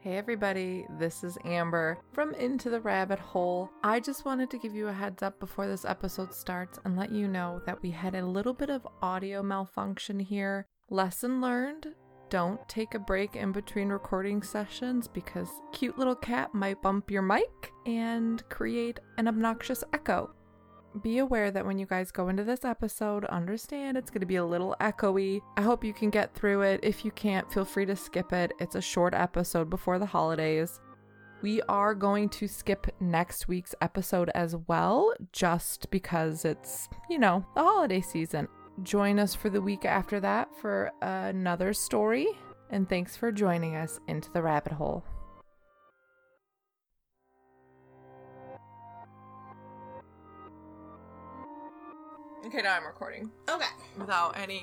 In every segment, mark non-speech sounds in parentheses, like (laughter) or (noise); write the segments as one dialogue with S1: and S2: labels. S1: Hey everybody, this is Amber from Into the Rabbit Hole. I just wanted to give you a heads up before this episode starts and let you know that we had a little bit of audio malfunction here. Lesson learned don't take a break in between recording sessions because cute little cat might bump your mic and create an obnoxious echo. Be aware that when you guys go into this episode, understand it's going to be a little echoey. I hope you can get through it. If you can't, feel free to skip it. It's a short episode before the holidays. We are going to skip next week's episode as well, just because it's, you know, the holiday season. Join us for the week after that for another story. And thanks for joining us into the rabbit hole. Okay, now I'm recording
S2: Okay.
S1: without any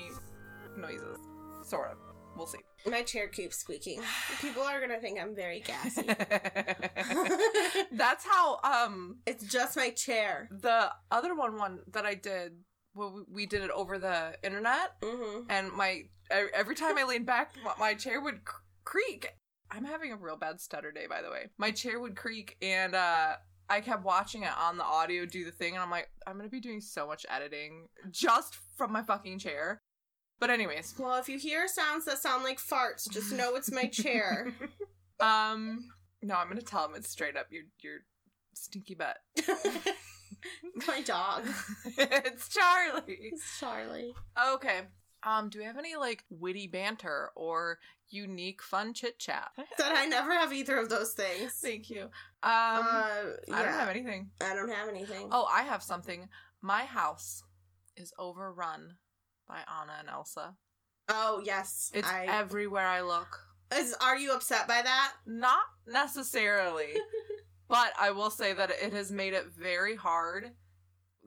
S1: noises. Sort of. We'll see.
S2: My chair
S1: (sighs)
S2: keeps squeaking. People are gonna think I'm very (laughs) gassy.
S1: (laughs) That's how um
S2: it's just my chair.
S1: the other one one that I did well, we- we did it over the internet
S2: Mm-hmm.
S1: and my e- every time I leaned back my- my chair would cr- creak. I'm having a real bad stutter day by the way. My chair would creak and uh I kept watching it on the audio do the thing and I'm like I'm going to be doing so much editing just from my fucking chair. But anyways,
S2: Well, if you hear sounds that sound like farts, just know it's my
S1: (laughs)
S2: chair. (laughs)
S1: Um, no, I'm gonna tell him it's straight up your your stinky butt.
S2: my dog.
S1: (laughs) it's Charlie.
S2: It's Charlie.
S1: Okay. Um, do we have any like witty banter or unique fun chit chat?
S2: That I never have either of those things.
S1: (laughs) Thank you. Um,
S2: Um,
S1: I don't
S2: yeah.
S1: have anything.
S2: I don't have anything.
S1: Oh, I have something. My house is overrun by Anna and Elsa.
S2: Oh, yes.
S1: It's
S2: I,
S1: everywhere I look.
S2: is, are you upset by that?
S1: Not
S2: (laughs)
S1: necessarily, but I will say that it has made it very hard.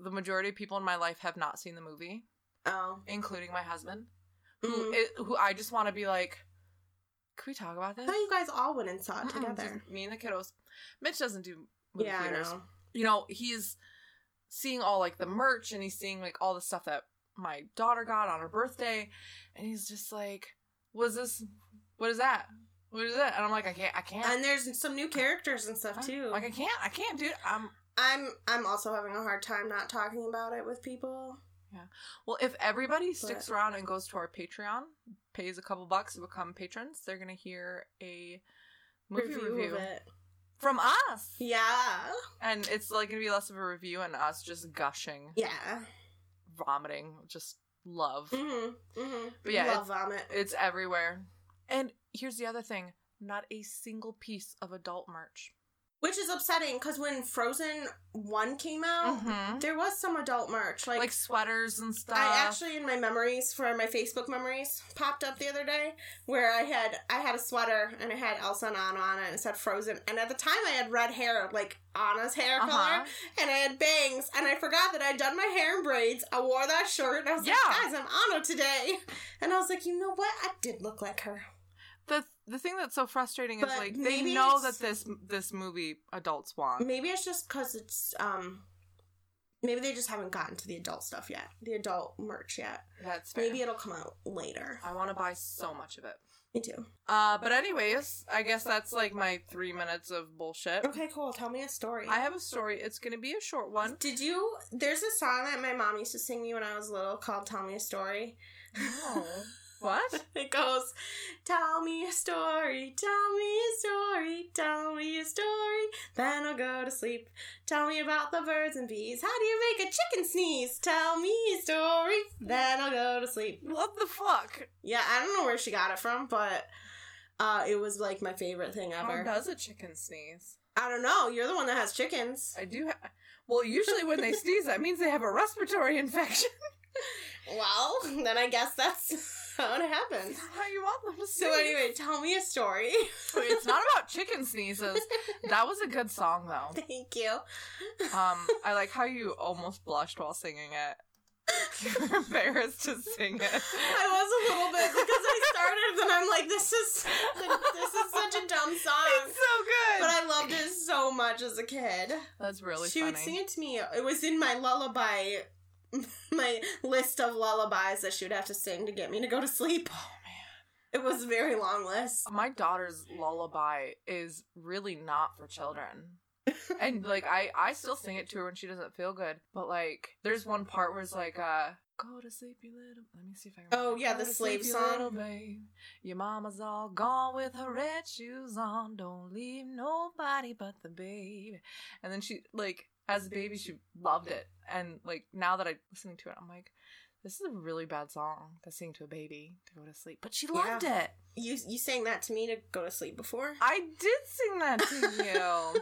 S1: The majority of people in my life have not seen the movie,
S2: Oh.
S1: including my husband, who
S2: Mm.
S1: i- who I just want to be like, can we talk about
S2: I
S1: this?
S2: thought you guys all went and saw it
S1: Mm-mm,
S2: together.
S1: just me and the kiddos. Mitch doesn't do movie
S2: Yeah, I
S1: theaters.
S2: know.
S1: You know, he's seeing all like the merch and he's seeing like all the stuff that my daughter got on her birthday, and he's just like, "Was this? What is that? What is that?" And I'm like, "I can't. I can't."
S2: And there's some new characters and stuff too.
S1: Like I can't, I can't, dude. Um,
S2: I'm I'm also having a hard time not talking about it with people.
S1: well, if everybody sticks around and goes to our Patreon, pays a couple bucks to become patrons, they're gonna hear a movie review,
S2: of it.
S1: from us,
S2: Yeah.
S1: and it's like gonna be less of a review and us just gushing,
S2: Yeah.
S1: vomiting, just love.
S2: Mhm. Mhm.
S1: But yeah,
S2: Love vomit.
S1: It's everywhere. And here's the other thing: not a single piece of adult merch.
S2: Which is upsetting cuz when Frozen 1 came out,
S1: hmm
S2: there was some adult merch. Oh. Like,
S1: Like, sweaters and stuff.
S2: I actually in my memories for my Facebook memories popped up the other day where I had I had a sweater and it had Elsa and Anna on it and it said Frozen and at the time I had red hair like Anna's hair color
S1: Uh-huh.
S2: and I had bangs and I forgot that I'd done my hair in braids. I wore that shirt and I was
S1: Yeah.
S2: like, guys, I'm Anna today. And I was like, you know what? I did look like her.
S1: the the thing that's so frustrating is
S2: But
S1: like they
S2: maybe
S1: know that
S2: it's-
S1: this this movie adults want.
S2: Maybe it's just because it's um, maybe they just haven't gotten to the adult stuff yet, the adult merch yet.
S1: That's fair.
S2: Maybe it'll come out later.
S1: I want to buy so much of it.
S2: Me too.
S1: Uh, but anyways, I guess that's like my three minutes of bullshit.
S2: Okay, cool. Tell me a story.
S1: I have a story. It's gonna be a short
S2: (laughs)
S1: one.
S2: Did you? There's a song that my mom used to sing me when I was little called "Tell Me a Story."
S1: what?
S2: (laughs) It goes, "Tell me a story, tell me a story, tell me a story, then I'll go to sleep. Tell me about the birds and bees. How do you make a chicken sneeze? Tell me a story, then I'll go to sleep."
S1: What the fuck?
S2: Yeah, I don't know where she got it from, but uh, it was like my favorite thing
S1: How
S2: ever.
S1: does a chicken sneeze?
S2: I don't know. You're the one that has chickens.
S1: I do. Ha- well, usually when they sneeze, that means they have a respiratory infection. (laughs)
S2: Well, (laughs) then I guess that's (laughs) how it happens.
S1: How you want them to sneeze?
S2: So anyway, tell me a story. (laughs)
S1: it's not about chicken sneezes. That was a good song though.
S2: Thank you.
S1: Um, I like how you almost blushed while singing it. (laughs) You're embarrassed to sing it.
S2: I was a little bit because I started, then I'm like, this is this is such a dumb song.
S1: (laughs) It's so good.
S2: But I loved it so much as a kid.
S1: That's really
S2: she
S1: funny.
S2: would sing it to me. It was in my lullaby, (laughs) my list of lullabies that she would have to sing to get me to go to sleep.
S1: oh man,
S2: It was a very long list.
S1: My daughter's lullaby is really not for children. and like (laughs) I, I still sing it to her when she doesn't feel good. But like, there's one part where it's like, uh, "Go to sleep, you little." Let me see if I can.
S2: Oh, yeah,
S1: Go
S2: the
S1: to
S2: slave
S1: sleep, you
S2: song.
S1: little babe. Your mama's all gone with her red shoes on. Don't leave nobody but the babe. And then she like, as a baby, she loved it. And like now that I'm listening to it, I'm like, this is a really bad song to sing to a baby to go to sleep. But she loved it.
S2: You you sang that to me to go to sleep before.
S1: I did sing that to (laughs) you.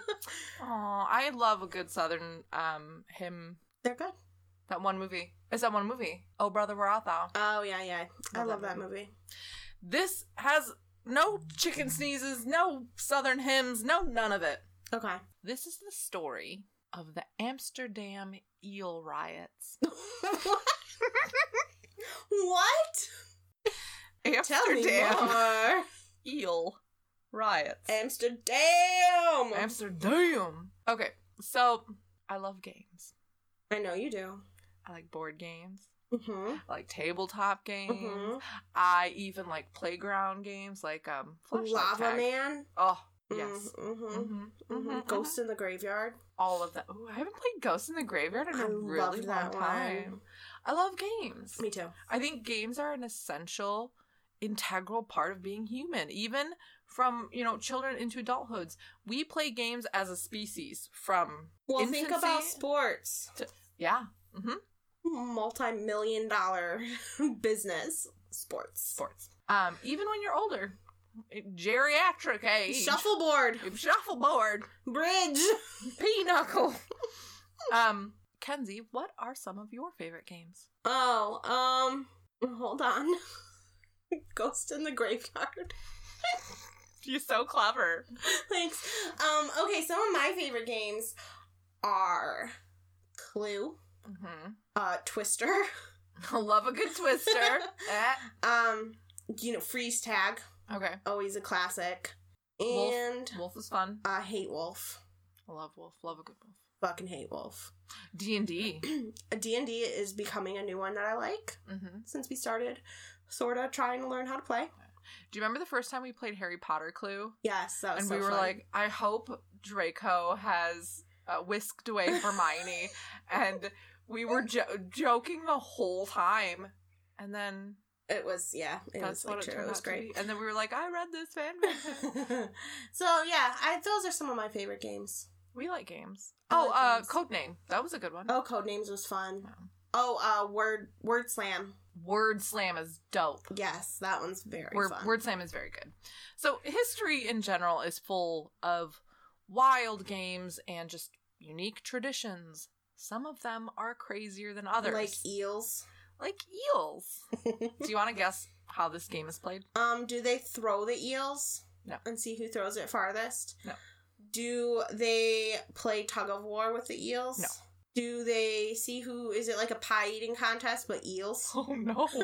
S1: Oh, I love a good southern um hymn.
S2: They're good.
S1: That one movie. It's that one movie. Oh brother, where art thou?
S2: Oh yeah, yeah. I
S1: Love
S2: love
S1: that
S2: that movie.
S1: This has no chicken sneezes, no southern hymns, no none of it. (laughs)
S2: Okay. (laughs)
S1: This is the story of the Amsterdam eel riots.
S2: what? what? Tell me more.
S1: eel riots.
S2: Amsterdam.
S1: Amsterdam. Okay, so I love games.
S2: I know you do.
S1: I like board games.
S2: Mm-hmm.
S1: I like tabletop games.
S2: Mhm.
S1: I even like playground games like um flashlight
S2: Lava
S1: tag.
S2: Man.
S1: Oh yes,
S2: Mm-hmm.
S1: hmm
S2: hmm Ghost in the Graveyard.
S1: all of that. Ooh, I haven't played Ghost in the Graveyard in
S2: I
S1: a really
S2: loved
S1: long
S2: that
S1: time.
S2: one.
S1: I love games.
S2: Me too.
S1: I think games are an essential, integral part of being human. Even from you know children into adulthoods, we play games as a species. From
S2: Well, think about
S1: Infancy.
S2: sports.
S1: yeah, hmm
S2: Multi-million dollar (laughs) business. Sports.
S1: sports. Um, even when you're older, geriatric age,
S2: Shuffleboard.
S1: shuffleboard.
S2: Bridge.
S1: (laughs) Pinochle. um, Kenzie, what are some of your favorite games?
S2: Oh, um, hold on. (laughs) Ghost in the Graveyard.
S1: You're so clever.
S2: Thanks. Um, okay, some of my favorite games are Clue,
S1: hmm
S2: uh, Twister, (laughs)
S1: I love a good twister. Eh.
S2: um, you know, Freeze Tag,
S1: Okay.
S2: always a classic,
S1: Wolf.
S2: and
S1: Wolf is fun.
S2: I hate Wolf.
S1: I love Wolf. Love a good Wolf.
S2: Fucking hate Wolf.
S1: D and
S2: (clears throat)
S1: D.
S2: D&D is becoming a new one that I like
S1: Mm-hmm.
S2: since we started sorta trying to learn how to play.
S1: Do you remember the first time we played Harry Potter Clue?
S2: Yes, that was
S1: and
S2: so
S1: we were
S2: fun.
S1: like, I hope Draco has uh, whisked away
S2: (laughs)
S1: Hermione, and we were jo- joking the whole time. And then
S2: it was yeah, it
S1: that's
S2: was like
S1: what it
S2: true.
S1: turned
S2: It was
S1: out to
S2: great.
S1: be. And then we were like, I read this fanfic.
S2: (laughs) so yeah, I, those are some of my favorite games.
S1: We like games.
S2: I
S1: oh,
S2: like
S1: uh,
S2: games.
S1: code name. That was a good one.
S2: Oh, Codenames was fun.
S1: Yeah.
S2: Oh, uh, Word Word Slam.
S1: Word Slam is dope.
S2: Yes, that one's very
S1: Word,
S2: fun.
S1: Word Slam is very good. So history in general is full of wild games and just unique traditions. Some of them are crazier than others,
S2: like e- eels.
S1: Like
S2: (laughs)
S1: eels. Do you want to guess how this game is played?
S2: um, do they throw the eels?
S1: No.
S2: And see who throws it farthest?
S1: No.
S2: Do they play tug of war with the eels?
S1: No.
S2: Do they see who is it like a pie eating contest but
S1: (laughs)
S2: eels?
S1: Oh no.
S2: do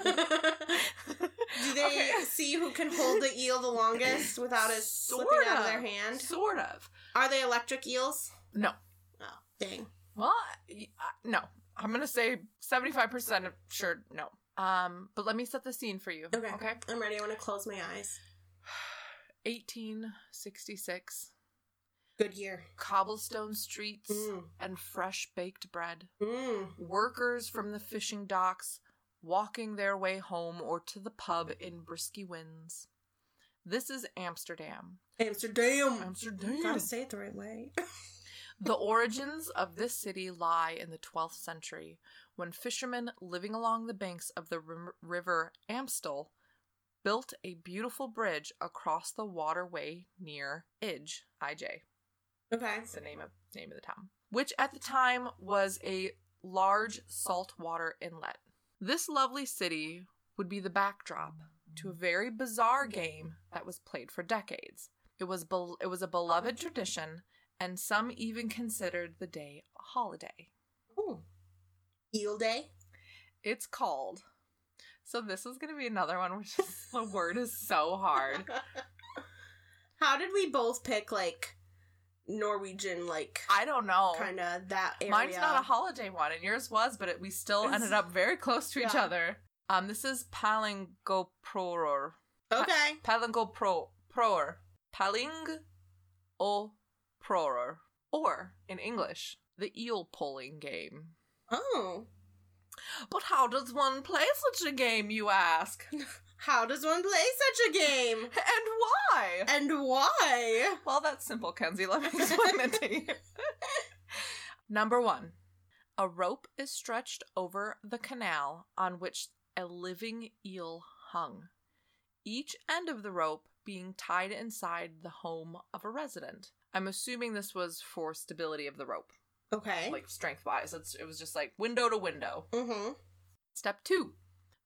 S2: they
S1: Okay.
S2: see who can hold the eel the longest without it slipping out of their
S1: Sorta.
S2: hand?
S1: Sort of.
S2: Are they electric eels?
S1: No.
S2: Oh, dang.
S1: Well, I- I- no. I'm gonna say 75% of sure no. Um, but let me set the scene for you.
S2: Okay.
S1: Okay.
S2: I'm ready. I want to close my eyes.
S1: 1866.
S2: Good year.
S1: Cobblestone streets
S2: Mm.
S1: and fresh baked bread.
S2: Mm.
S1: Workers from the fishing docks walking their way home or to the pub in brisky winds. This is Amsterdam.
S2: Amsterdam.
S1: Amsterdam.
S2: Gotta say Mm. it the right way.
S1: The origins of this city lie in the 12th century, when fishermen living along the banks of the rim- river Amstel built a beautiful bridge across the waterway near Ij, IJ.
S2: Okay.
S1: That's the name of name of the town, which at the time was a large saltwater inlet. This lovely city would be the backdrop to a very bizarre game that was played for decades. It was bel it was a beloved tradition, and some even considered the day a holiday.
S2: Ooh. Eel day.
S1: It's called. So this is going to be another one, which is, (laughs) the word is so hard.
S2: (laughs) How did we both pick like Norwegian, like
S1: I don't know.
S2: kind of that area?
S1: Mine's not a holiday one, and yours was, but it, we still ended up very close to each
S2: Yeah.
S1: other. Um, this is Palingoproror.
S2: Okay.
S1: Palingo pro proer. Paling o proer. Or in English, the eel pulling game.
S2: Oh.
S1: But how does one play such a game, you ask?
S2: How does one play such a game?
S1: And why?
S2: And why?
S1: Well, that's simple, Kenzie. Let me explain it to you. (laughs) Number one, a rope is stretched over the canal on which a living eel hung, each end of the rope being tied inside the home of a resident. I'm assuming this was for stability of the rope,
S2: Okay.
S1: like strength wise. It was just like window to window.
S2: mm-hmm.
S1: Step two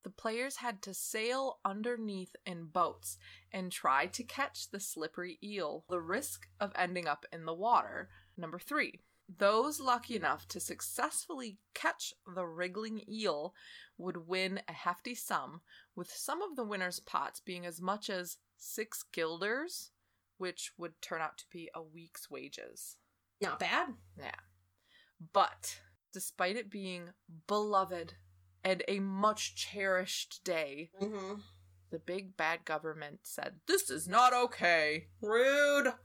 S1: the players had to sail underneath in boats and try to catch the slippery eel, the risk of ending up in the water. Number three. Those lucky enough to successfully catch the wriggling eel would win a hefty sum, with some of the winners' pots being as much as six guilders, which would turn out to be a week's wages.
S2: Not bad.
S1: But despite it being beloved and a much cherished day,
S2: Mm-hmm.
S1: the big bad government said, This is not okay.
S2: Rude.
S1: (laughs)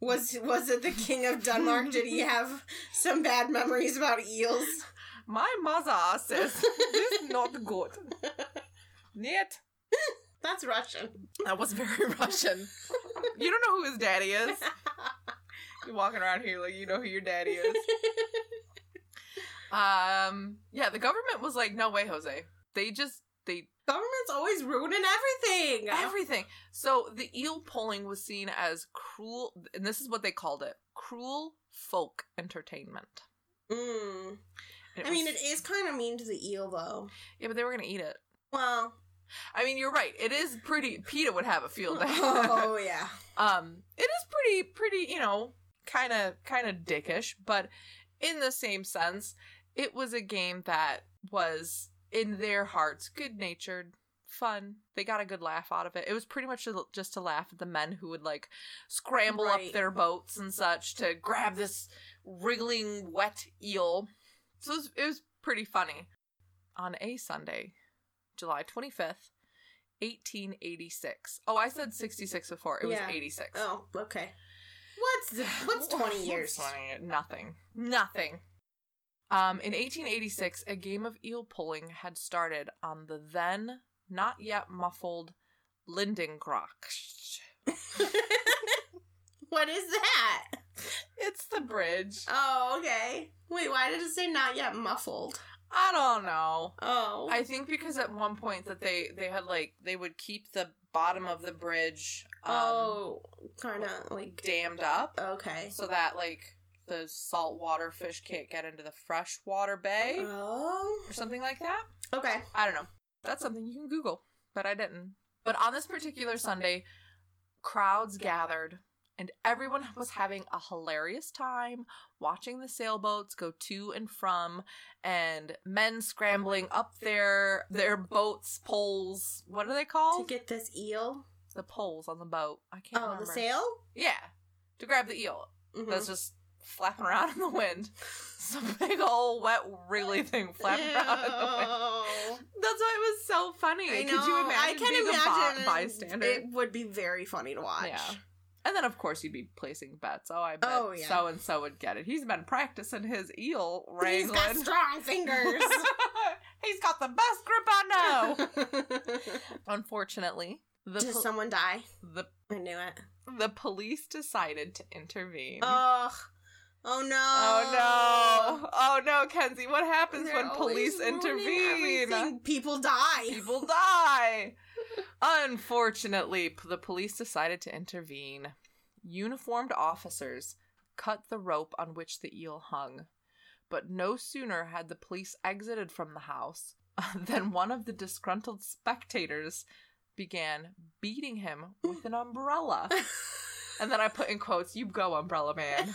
S2: Was was it the king of Denmark? Did he have some bad memories about eels?
S1: My mother says, This is not good. Niet.
S2: That's (laughs) Russian.
S1: That was very (laughs) Russian. You don't know who his daddy is. You're walking around here like you know who your daddy
S2: (laughs)
S1: is. Um, yeah, the government was like, No way, Jose. They just, they
S2: Government's always ruining everything.
S1: Everything. So the eel pulling was seen as cruel, and this is what they called it cruel folk entertainment.
S2: Mm.
S1: And (laughs)
S2: I mean,
S1: was-
S2: it is kind of mean to the eel, though.
S1: Yeah, but they were going to eat it. (laughs)
S2: Well,
S1: I mean, you're right. It is pretty. PETA would have a field day.
S2: (laughs) oh yeah.
S1: um, it is pretty, pretty, you know, kind of, kind of dickish, but in the same sense, it was a game that was in their hearts good natured. Fun. They got a good laugh out of it. It was pretty much to- just to laugh at the men who would like scramble
S2: Right.
S1: up their boats and such to grab this wriggling wet eel. So it was, it was pretty funny. On a Sunday, July 25th, 1886. Oh, I said 66 before. It
S2: Yeah.
S1: was 86. (laughs)
S2: Oh, okay. What's the, what's twenty years?
S1: What's 20 years? Nothing. Nothing. Um, in 1886, a game of eel pulling had started on the then not yet muffled Lindengracht.
S2: (laughs) what is that?
S1: It's the bridge.
S2: Oh, okay. Wait, why did it say not yet muffled?
S1: I don't know.
S2: Oh,
S1: I um, think because at one point that they they had like they would keep the bottom of the bridge um,
S2: oh, kind of like
S1: dammed up
S2: okay.
S1: so that like the saltwater fish can't get into the freshwater bay
S2: Oh,
S1: or something like that.
S2: okay.
S1: I don't know. That's something you can Google, but I didn't. But on this particular Sunday, crowds gathered and everyone was having a hilarious time watching the sailboats go to and from and men scrambling up their their boats poles what are they
S2: To
S1: called
S2: get this eel.
S1: the poles on the boat i can't
S2: Oh,
S1: remember
S2: the sail.
S1: yeah to grab the eel
S2: Mhm.
S1: that's just flapping around in the wind (laughs) some big old wet wriggly thing flapping (laughs) around in the wind
S2: Ew.
S1: that's why it was so funny.
S2: I know.
S1: Could you imagine
S2: I can
S1: being
S2: imagine.
S1: a
S2: it-
S1: bi- bystander?
S2: It would be very funny to watch.
S1: Yeah. and then, of course, you'd be placing bets. Oh, I bet
S2: Oh, yeah.
S1: so and so would get it. He's been practicing his eel
S2: He's
S1: wrangling.
S2: got
S1: (laughs)
S2: strong fingers.
S1: He's got the best grip
S2: (laughs)
S1: I know. Unfortunately, the
S2: Did
S1: pol-
S2: someone die?
S1: the
S2: I knew it.
S1: the police decided to intervene.
S2: Ugh. Oh no.
S1: Oh, no! Oh no, Kenzie! What happens
S2: They're
S1: when
S2: always
S1: police
S2: ruining
S1: intervene?
S2: everything. People (laughs) die.
S1: People die. Unfortunately, p- the police decided to intervene. Uniformed officers cut the rope on which the eel hung. But no sooner had the police exited from the house (laughs) than one of the disgruntled spectators began beating him with an umbrella. and then I put in quotes, You go, umbrella man.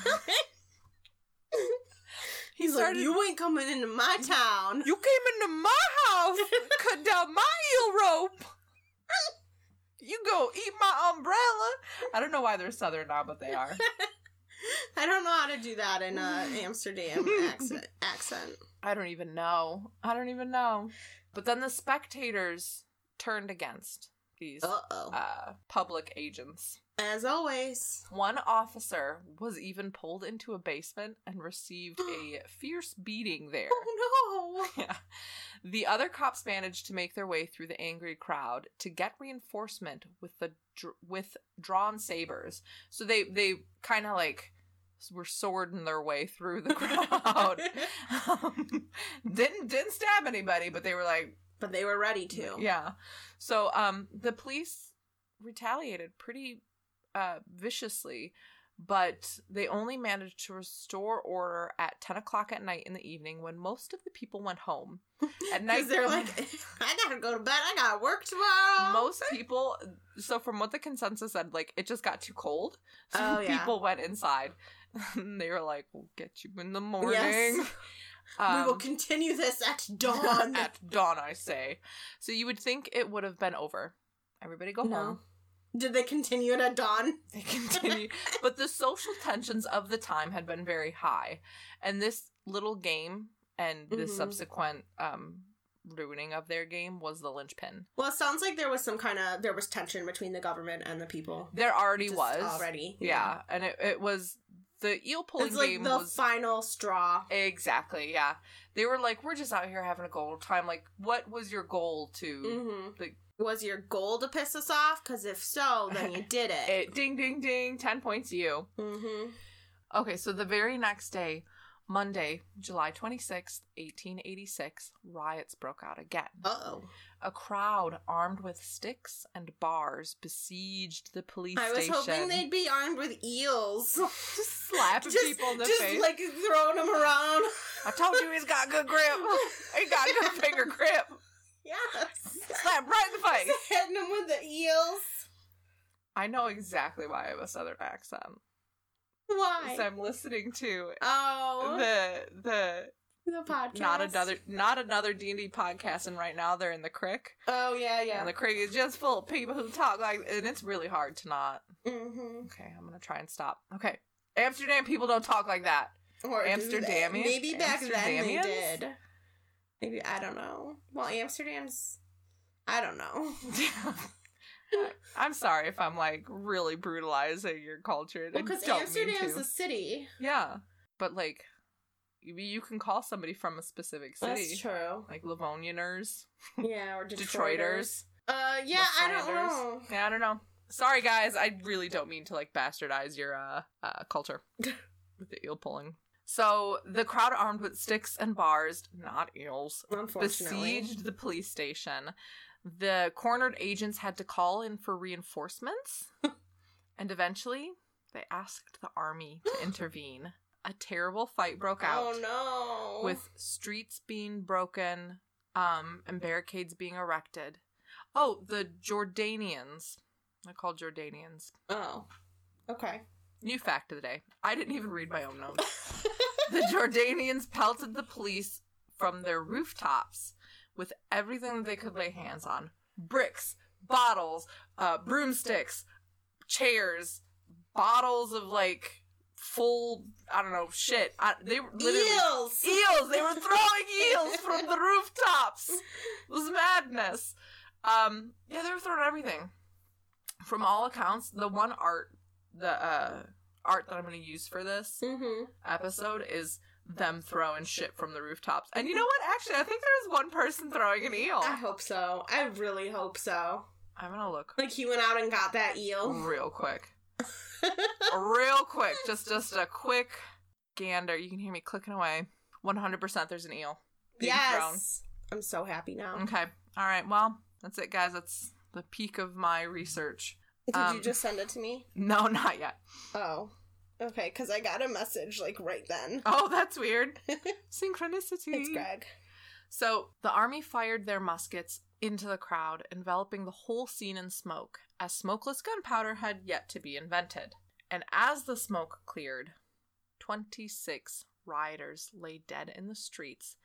S1: He
S2: He's
S1: started-
S2: like, you ain't coming into my town. (laughs)
S1: You came into my house, cut down my eel rope. You go eat my umbrella. I don't know why they're southern now, but they are.
S2: I don't know how to do that
S1: (laughs)
S2: in a Amsterdam accent. accent.
S1: I don't even know. I don't even know. But then the spectators turned against these
S2: Uh oh.
S1: uh, public agents.
S2: As always.
S1: One officer was even pulled into a basement and received a fierce beating there.
S2: Oh no.
S1: (laughs) Yeah. The other cops managed to make their way through the angry crowd to get reinforcement with the dr- with drawn sabers. So they they kind of like were swording their way through the
S2: (laughs)
S1: crowd. um, didn't didn't stab anybody, but they were like,
S2: But they were ready to.
S1: yeah. So um, the police retaliated pretty uh, viciously, but they only managed to restore order at ten o'clock at night in the evening when most of the people went home.
S2: (laughs)
S1: At night,
S2: Because they're like, I gotta go to bed. I gotta work tomorrow.
S1: most people. So from what the consensus said, like it just got too cold, so (laughs)
S2: Oh, yeah.
S1: people went inside. (laughs) And they were like, "We'll get you in the morning." (laughs)
S2: Yes. we will
S1: Um,
S2: continue this at
S1: (laughs)
S2: dawn.
S1: at dawn, I say. So you would think it would have been over. Everybody go
S2: No.
S1: home. (laughs)
S2: Did they continue it at dawn?
S1: They continue. but the social tensions of the time had been very high. And this little game and the
S2: Mhm.
S1: subsequent um, ruining of their game was the linchpin.
S2: Well, it sounds like there was some kind of there was tension between the government and the people.
S1: There already
S2: Just
S1: was.
S2: already.
S1: Yeah. And it, it was the eel pulling
S2: It's like
S1: game
S2: the
S1: was.
S2: final straw.
S1: exactly. Yeah. They were like, we're just out here having a good old time. Like, what was your goal to.
S2: Mm-hmm.
S1: Like-
S2: was your goal to piss us off? Because if so,
S1: (laughs)
S2: then you did it.
S1: It, ding, ding, ding. 10 points to you.
S2: mm-hmm.
S1: Okay, so the very next day, Monday, July 26th, 1886, riots broke out again.
S2: Uh oh.
S1: A crowd armed with sticks and bars besieged the police
S2: I was
S1: station.
S2: hoping they'd be armed with eels.
S1: (laughs) just (laughs)
S2: (laughs)
S1: slap
S2: Just-
S1: people in the
S2: just
S1: face.
S2: like throwing them around.
S1: (laughs) I told you he's got good
S2: (laughs)
S1: grip. He got good finger grip.
S2: yes.
S1: Slap right in the face.
S2: Just (laughs) hitting them with the eels.
S1: I know exactly why I have a southern accent.
S2: Why?
S1: So I'm listening to
S2: oh,
S1: the the
S2: the, podcast.
S1: not another not another D and D podcast, and right now they're in the crick.
S2: Oh yeah,
S1: Yeah.
S2: yeah.
S1: And the creek is just full of people who talk like, and it's really hard to not.
S2: mm-hmm.
S1: Okay, I'm gonna try and stop. Okay, Amsterdam people don't talk like that. (laughs)
S2: Or do they?
S1: Amsterdamian-
S2: Maybe back then they
S1: Amsterdamians?
S2: did. Maybe I don't know. Well, Amsterdam's. I don't know.
S1: I'm sorry if I'm like really brutalizing your culture. and I
S2: Because
S1: don't mean
S2: Amsterdam's
S1: to.
S2: a city.
S1: yeah, but like, you, you can call somebody from a specific city,
S2: That's true.
S1: like Livonianers,
S2: Yeah, or
S1: Detroiters.
S2: Detroiters. Uh, yeah, I don't
S1: Westlanders.
S2: know.
S1: Yeah, I don't know. Sorry, guys. I really don't mean to like bastardize your uh, uh culture with the eel pulling. So the crowd armed with sticks and bars, not eels,
S2: Unfortunately.
S1: besieged the police station. The cornered agents had to call in for reinforcements, and eventually they asked the army to intervene. A terrible fight broke out
S2: Oh no.
S1: with streets being broken um, and barricades being erected. Oh, the Jordanians. I called Jordanians.
S2: oh, okay.
S1: New fact of the day. I didn't even read my own notes. the Jordanians pelted the police from their rooftops with everything that they could lay hands on bricks, bottles, uh, broomsticks, chairs, bottles of like full, I don't know, shit. I, they were literally
S2: Eels.
S1: eels. They were throwing eels from the rooftops. It was madness. Um, yeah, they were throwing everything. From all accounts, the one art, the uh, art that I'm going to use for this
S2: Mm-hmm.
S1: episode is them throwing shit from the rooftops. And you know what? Actually, I think there was one person throwing an eel.
S2: I hope so. I really hope so.
S1: I'm going to look
S2: Like he went out and got that eel.
S1: real quick. real quick. Just just a quick gander. You can hear me clicking away. 100% there's an eel. being thrown. Mm.
S2: yes. I'm so happy now.
S1: Okay. All right. Well, that's it, guys. That's the peak of my research.
S2: Did
S1: Um,
S2: you just send it to me?
S1: No, (laughs) not yet.
S2: Oh. Okay, because I got a message like right then.
S1: Oh, that's
S2: (laughs)
S1: weird. Synchronicity.
S2: It's Greg.
S1: So the army fired their muskets into the crowd, enveloping the whole scene in smoke, as smokeless gunpowder had yet to be invented. And as the smoke cleared, 26 rioters lay dead in the streets,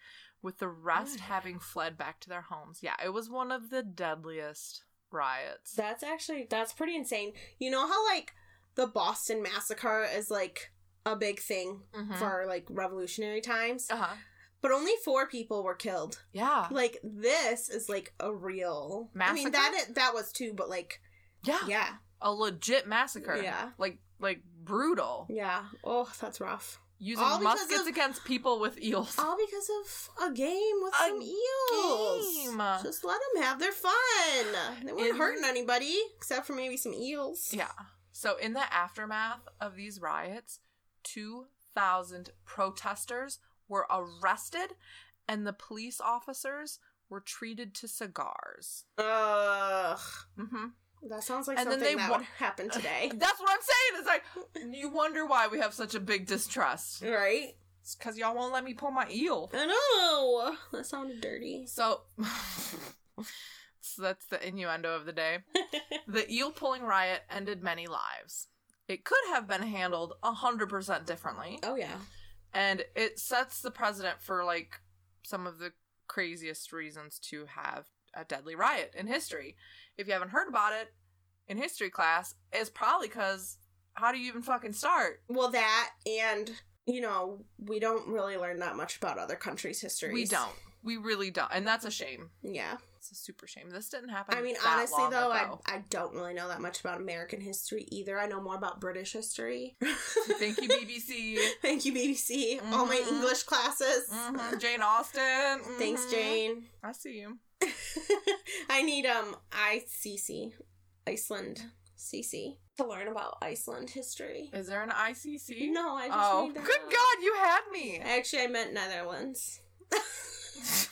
S1: with the rest
S2: Good.
S1: having fled back to their homes. Yeah, it was one of the deadliest riots.
S2: That's actually that's pretty insane. You know how like the Boston massacre is like a big thing
S1: Mhm.
S2: for like revolutionary times?
S1: uh-huh.
S2: but only four people were killed.
S1: Yeah.
S2: Like this is like a real I
S1: Massacre?
S2: mean that that was two, but like
S1: Yeah.
S2: yeah,
S1: A legit massacre.
S2: Yeah.
S1: Like like brutal.
S2: yeah. Oh, that's rough.
S1: Using
S2: All because
S1: muskets
S2: of-
S1: against people with eels.
S2: All because of a game with
S1: A
S2: some eels.
S1: game.
S2: Just let them have their fun. They weren't
S1: In-
S2: hurting anybody except for maybe some
S1: (laughs)
S2: eels.
S1: Yeah. So in the aftermath of these riots, 2,000 protesters were arrested and the police officers were treated to cigars.
S2: Ugh.
S1: hmm
S2: That sounds like
S1: And then they
S2: something that
S1: wa-
S2: would
S1: (laughs)
S2: happen today.
S1: That's what I'm saying. It's like, you wonder why we have such a big distrust.
S2: right?
S1: It's because y'all won't let me pull my eel.
S2: I know. That sounded dirty. (laughs)
S1: So, (laughs) so that's the innuendo of the day. the eel pulling riot ended many lives. It could have been handled 100% differently.
S2: Oh yeah.
S1: And it sets the precedent for like some of the craziest reasons to have a deadly riot in history. If you haven't heard about it in history class, it's probably because how do you even fucking start?
S2: Well, that and you know we don't really learn that much about other countries' histories.
S1: We don't. We really don't. And that's a shame.
S2: Yeah.
S1: It's a super shame. This didn't happen.
S2: I mean,
S1: that
S2: honestly
S1: long
S2: though, I
S1: ago.
S2: I don't really know that much about American history either. I know more about British history.
S1: Thank
S2: (laughs)
S1: you, BBC.
S2: Thank you, BBC. All my
S1: Mhm.
S2: English classes.
S1: Mhm. Jane Austen.
S2: Thanks,
S1: Mhm.
S2: Jane. (laughs)
S1: I see you.
S2: I need um ICC, Iceland CC to learn about Iceland history.
S1: Is there an ICC?
S2: No, I just
S1: oh,
S2: need
S1: good
S2: to have-
S1: God, you had me.
S2: Actually, I meant Netherlands. (laughs)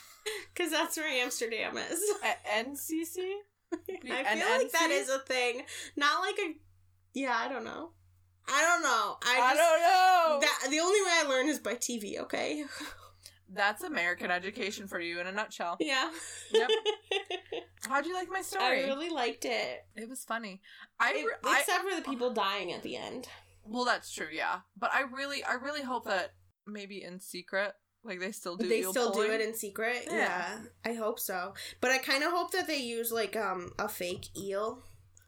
S2: Because that's where Amsterdam is.
S1: A- NCC?
S2: (laughs) I feel like that is a thing. Not like a. Yeah, I don't know. I don't know. I,
S1: I
S2: just,
S1: don't know.
S2: That, the only way I learn is by TV, okay? (laughs)
S1: That's American education for you in a
S2: (laughs)
S1: nutshell.
S2: Yeah.
S1: Yep. How'd you like my
S2: I
S1: story?
S2: really liked it.
S1: it was funny. I,
S2: It-
S1: re- I
S2: Except for the people dying at the end.
S1: well, that's true, yeah. But I really, I really hope that maybe in secret, like they still do.
S2: they
S1: eel
S2: still
S1: pulling.
S2: do it in secret
S1: Yeah.
S2: yeah. i hope so but i kind of hope that they use like um a fake eel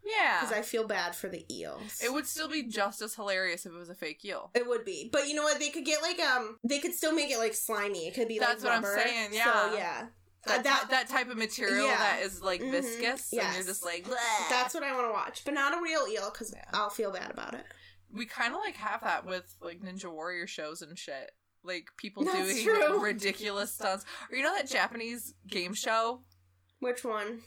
S2: because
S1: yeah,
S2: i feel bad for the eels
S1: it would still be just as hilarious if it was a fake eel.
S2: it would be but you know what they could get like um they could still make it like slimy it could be
S1: That's
S2: like
S1: what I'm
S2: rubber.
S1: saying, yeah.
S2: so yeah
S1: That,
S2: Uh,
S1: that,
S2: that-
S1: type of material
S2: Yeah.
S1: that is like
S2: Mhm.
S1: viscous, and
S2: Yes.
S1: you're just like, "Bleh."
S2: that's what i want to watch but not a real eel because
S1: Yeah.
S2: i'll feel bad about it
S1: we kind of like have that with like ninja warrior shows and shit like people
S2: That's
S1: doing
S2: true.
S1: ridiculous stunts or you know that japanese game show
S2: which one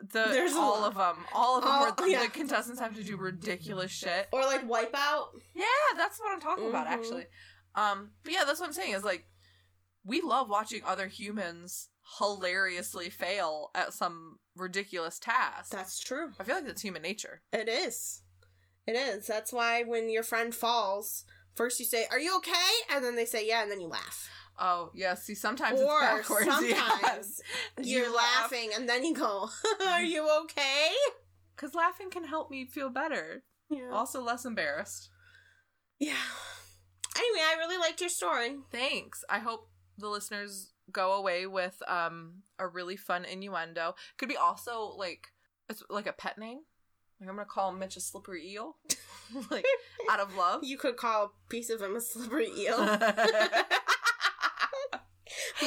S1: the
S2: There's a
S1: all
S2: lot.
S1: of them all of them
S2: All-
S1: where
S2: yeah.
S1: the contestants have to do ridiculous shit
S2: or like wipeout
S1: yeah that's what i'm talking about
S2: Mhm.
S1: actually um but yeah that's what i'm saying is like we love watching other humans hilariously fail at some ridiculous task
S2: that's true
S1: i feel like that's human nature
S2: it is it is that's why when your friend falls first you say are you okay and then they say yeah and then you laugh
S1: oh yeah see sometimes
S2: or
S1: it's backwards (laughs) yeah.
S2: sometimes you're
S1: You laugh.
S2: laughing and then you go (laughs) are you okay
S1: Because laughing can help me feel better.
S2: yeah.
S1: Also, less embarrassed.
S2: yeah anyway i really liked your story
S1: Thanks. I hope the listeners go away with um a really fun innuendo. Could be also like it's like a pet name. Like I'm gonna call Mitch a slippery eel, (laughs) like out of love. (laughs)
S2: (laughs) you could call a piece of him a slippery eel
S1: I mean,
S2: Not gonna say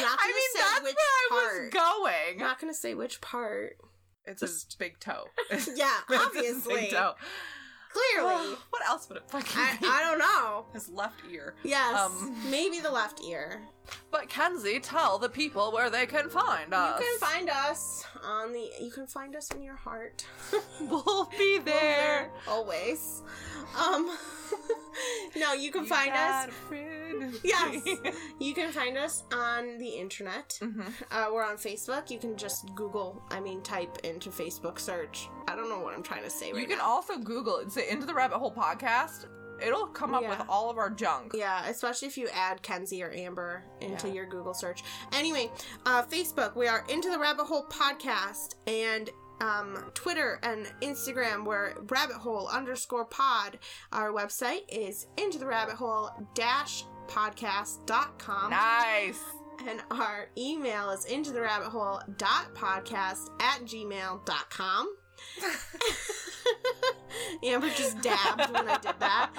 S1: that's where
S2: which
S1: I was
S2: part.
S1: going.
S2: not gonna say
S1: (laughs)
S2: which part
S1: It's a big toe.
S2: (laughs) yeah
S1: It's his
S2: obviously
S1: big toe.
S2: clearly
S1: (sighs) what else would it fucking
S2: I,
S1: be?
S2: I don't know
S1: His left ear.
S2: yes
S1: Um.
S2: maybe the left ear
S1: But Kenzie, tell the people where they can find us.
S2: you can find us on the you can find us in your heart (laughs)
S1: We'll be there.
S2: always um (laughs) no you can find us (laughs) Yes.
S1: (laughs)
S2: You can find us on the internet.
S1: hmm
S2: Uh, we're on Facebook. You can just Google, I mean, type into Facebook search. I don't know what I'm trying to say right
S1: You can
S2: now.
S1: also Google it. Say Into the Rabbit Hole podcast. It'll come up
S2: Yeah.
S1: with all of our junk.
S2: yeah, especially if you add Kenzie or Amber into
S1: Yeah.
S2: your Google search. Anyway, uh, Facebook, we are Into the Rabbit Hole Podcast, and um, Twitter and Instagram, we're rabbit hole underscore pod. Our website is into the rabbit hole dash podcast.com.
S1: Nice.
S2: And our email is into the rabbit hole dot podcast at gmail.com. (laughs) Amber just dabbed when I did
S1: (laughs)
S2: that.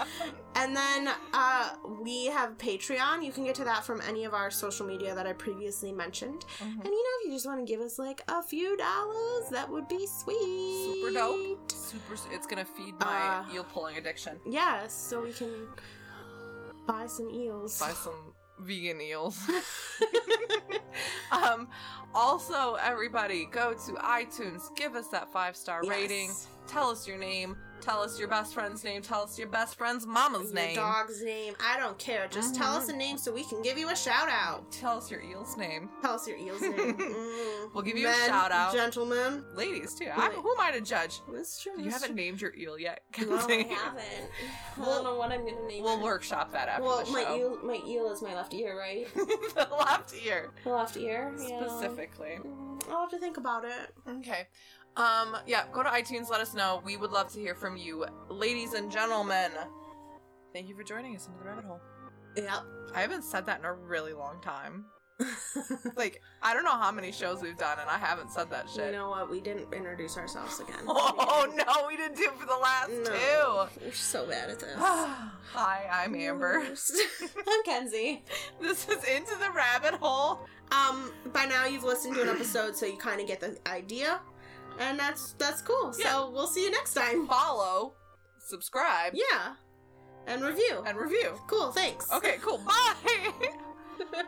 S2: And then uh, we have Patreon. You can get to that from any of our social media that I previously mentioned.
S1: Mhm.
S2: And you know, if you just want to give us like a few dollars, that would be sweet.
S1: Super dope. Super. s- It's gonna feed my
S2: Uh,
S1: eel pulling addiction.
S2: Yes, so we can buy some eels.
S1: Buy
S2: (laughs)
S1: some vegan eels. (laughs) um. Also, everybody, go to iTunes. Give us that five star
S2: Yes.
S1: rating. Tell us your name. Tell us your best friend's name. Tell us your best friend's mama's
S2: Your
S1: name.
S2: dog's name. I don't care. Just tell us a name so we can give you a shout out.
S1: Tell us your eel's name.
S2: Tell us your eel's name.
S1: (laughs)
S2: Mm.
S1: We'll give you
S2: Men,
S1: a shout out.
S2: Gentlemen.
S1: Ladies, too. I'm, who am I to judge?
S2: That's true.
S1: You
S2: that's
S1: haven't named your eel yet. (laughs)
S2: true. No, I
S1: Kelsey.
S2: haven't. I
S1: We'll-
S2: don't know what I'm gonna name.
S1: We'll
S2: it.
S1: workshop that after
S2: Well,
S1: the
S2: my
S1: show.
S2: eel, my eel is my left ear, right?
S1: (laughs) the left ear,
S2: The left ear. yeah.
S1: specifically.
S2: Mm, I'll have to think about it.
S1: Okay. Um, yeah, go to iTunes, let us know. We would love to hear from you. Ladies and gentlemen, thank you for joining us into the rabbit hole.
S2: (laughs) Yep.
S1: I haven't said that in a really long time.
S2: (laughs)
S1: like, I don't know how many shows we've done, and I haven't said that shit.
S2: You know what? We didn't introduce ourselves again.
S1: (laughs) Oh, no, we didn't do it for the last
S2: No. We're so bad at
S1: (sighs) two.
S2: this.
S1: Hi, I'm Amber.
S2: Mm. (laughs) I'm Kenzie.
S1: (laughs) This is Into the Rabbit Hole.
S2: Um, by now you've listened to an episode, so you kind of get the idea, and that's that's cool.
S1: Yeah.
S2: So we'll see you next time.
S1: Follow, subscribe,
S2: Yeah, and review.
S1: and review.
S2: Cool. Thanks.
S1: Okay, cool. Bye. (laughs)